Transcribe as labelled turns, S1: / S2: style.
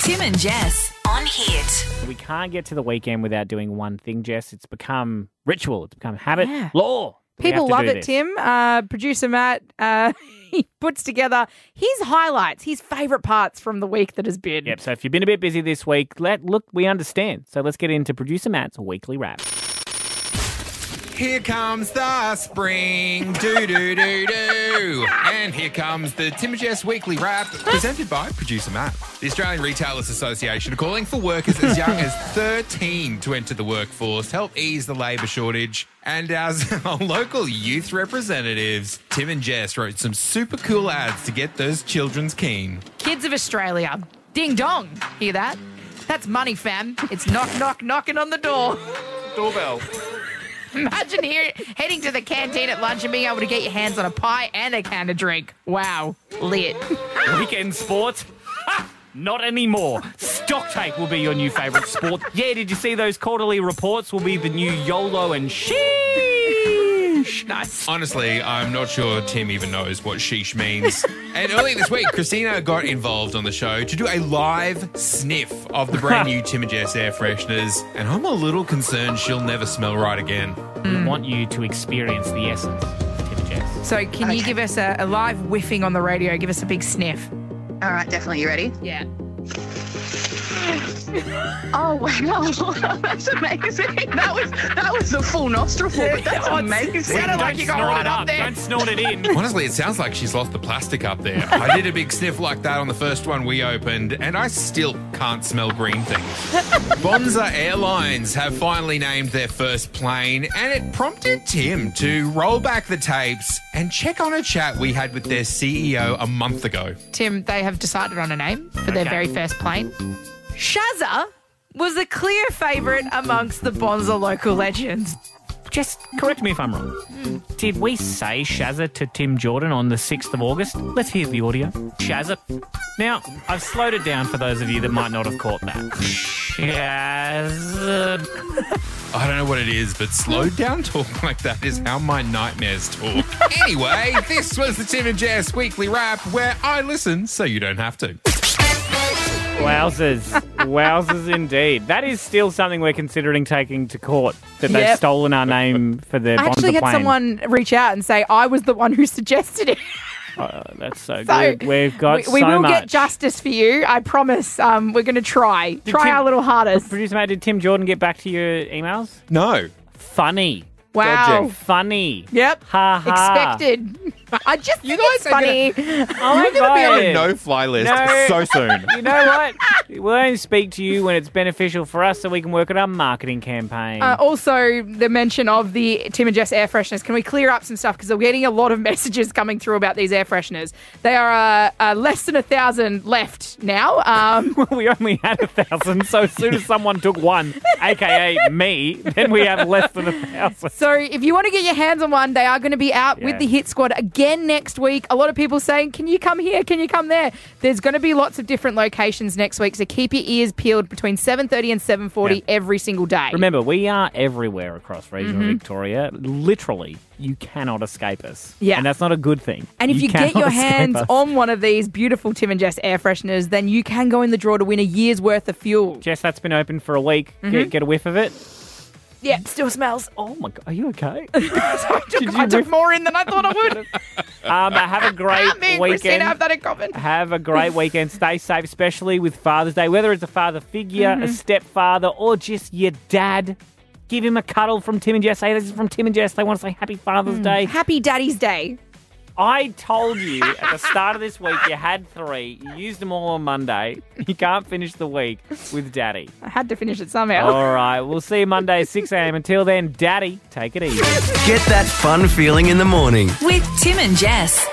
S1: Tim and Jess on Hit.
S2: We can't get to the weekend without doing one thing, Jess. It's become ritual. It's become habit,
S3: Yeah.
S2: law. We
S3: People
S2: have to
S3: love
S2: do
S3: it,
S2: this.
S3: Tim. Uh, producer Matt, uh, he puts together his highlights, his favourite parts from the week that has been.
S2: Yep. So if you've been a bit busy this week, let look. We understand. So let's get into producer Matt's weekly wrap.
S4: Here comes the spring, doo doo doo doo. And here comes the Tim and Jess Weekly Wrap, presented by producer Matt. The Australian Retailers Association are calling for workers as young as 13 to enter the workforce, help ease the labour shortage. And our, our local youth representatives, Tim and Jess, wrote some super cool ads to get those children's keen.
S3: Kids of Australia. Ding dong. Hear that? That's money, fam. It's knock, knock, knocking on the door.
S4: Doorbell.
S3: Imagine here, heading to the canteen at lunch and being able to get your hands on a pie and a can of drink. Wow. Lit.
S2: Weekend sports? Ha! Not anymore. Stock take will be your new favourite sport. Yeah, did you see those quarterly reports? Will be the new YOLO and sheesh. Nice.
S4: Honestly, I'm not sure Tim even knows what sheesh means. and earlier this week, Christina got involved on the show to do a live sniff of the brand new Tim and Jess air fresheners. And I'm a little concerned she'll never smell right again.
S2: I want you to experience the essence of Tim and Jess.
S3: So, can you give us a, a live whiffing on the radio? Give us a big sniff.
S5: All right, definitely. You ready?
S3: Yeah.
S5: Oh wow, that's amazing! That was that was the full nostril full, but that's amazing.
S3: oh, Sounded like you got
S2: snort
S3: one
S2: it
S3: up there.
S2: Don't snort it in.
S4: Honestly, it sounds like she's lost the plastic up there. I did a big sniff like that on the first one we opened, and I still can't smell green things. Bonza Airlines have finally named their first plane, and it prompted Tim to roll back the tapes and check on a chat we had with their CEO a month ago.
S3: Tim, they have decided on a name for their very first plane. Shazza was the clear favourite amongst the Bonza local legends.
S2: Just correct me if I'm wrong. Did we say Shazza to Tim Jordan on the 6th of August? Let's hear the audio. Shazza. Now, I've slowed it down for those of you that might not have caught that. Shazza.
S4: I don't know what it is, but slowed down talk like that is how my nightmares talk. anyway, this was the Tim and Jess weekly wrap where I listen so you don't have to.
S2: Wowzers. Wowzers indeed. That is still something we're considering taking to court, that they've
S3: Yep.
S2: stolen our name for their
S3: I
S2: Bonza
S3: actually had
S2: plane.
S3: someone reach out and say I was the one who suggested it.
S2: That's so,
S3: So
S2: good. We've got
S3: we, we
S2: so
S3: will
S2: much.
S3: get justice for you. I promise. Um, we're going to try, try
S2: Tim-
S3: our little hardest.
S2: Producer mate, did Tim Jordan get back to your emails?
S4: No.
S2: Funny.
S3: Wow.
S2: Funny.
S3: Yep.
S2: Ha ha.
S3: Expected. I just think
S4: guys
S3: it's
S4: are
S3: funny.
S2: Oh my
S4: We're going to be on
S2: God.
S4: a no-fly list
S2: No.
S4: so soon.
S2: You know what? We'll only speak to you when it's beneficial for us so we can work on our marketing campaign.
S3: Uh, also, the mention of the Tim and Jess air fresheners. Can we clear up some stuff? Because we're getting a lot of messages coming through about these air fresheners. They are uh, uh, less than a thousand left now. Um,
S2: we only had a thousand, so as soon as someone took one, aka me, then we have less than a thousand.
S3: so if you want to get your hands on one, they are going to be out
S2: Yeah.
S3: with the Hit Squad again next week. A lot of people saying, "Can you come here? Can you come there?" There's going to be lots of different locations next week, so keep your ears peeled between 7:30 and 7:40
S2: Yeah.
S3: every single day.
S2: Remember, we are everywhere across regional
S3: Mm-hmm.
S2: Victoria. Literally, you cannot escape us.
S3: Yeah.
S2: And that's not a good thing.
S3: And if you, get
S2: cannot
S3: your
S2: escape
S3: hands
S2: us.
S3: on one of these beautiful Tim and Jess air fresheners, then you can go in the draw to win a year's worth of fuel.
S2: Jess, that's been open for a week.
S3: Mm-hmm.
S2: Get, get a whiff of it.
S3: Yeah, still smells.
S2: Oh my God, are you okay?
S3: I took,
S2: Did you
S3: I took
S2: whiff-
S3: more in than I thought I would.
S2: um, have a great
S3: Me and Christina
S2: weekend.
S3: have that in common.
S2: Have a great weekend. Stay safe, especially with Father's Day. Whether it's a father figure, a stepfather, or just your dad, give him a cuddle from Tim and Jess. Hey, this is from Tim and Jess. They want to say Happy Father's Day.
S3: Happy Daddy's Day.
S2: I told you at the start of this week you had three. You used them all on Monday. You can't finish the week with Daddy.
S3: I had to finish it somehow.
S2: All right, we'll see you Monday at 6 a.m. Until then, Daddy, take it easy.
S6: Get that fun feeling in the morning.
S1: With Tim and Jess.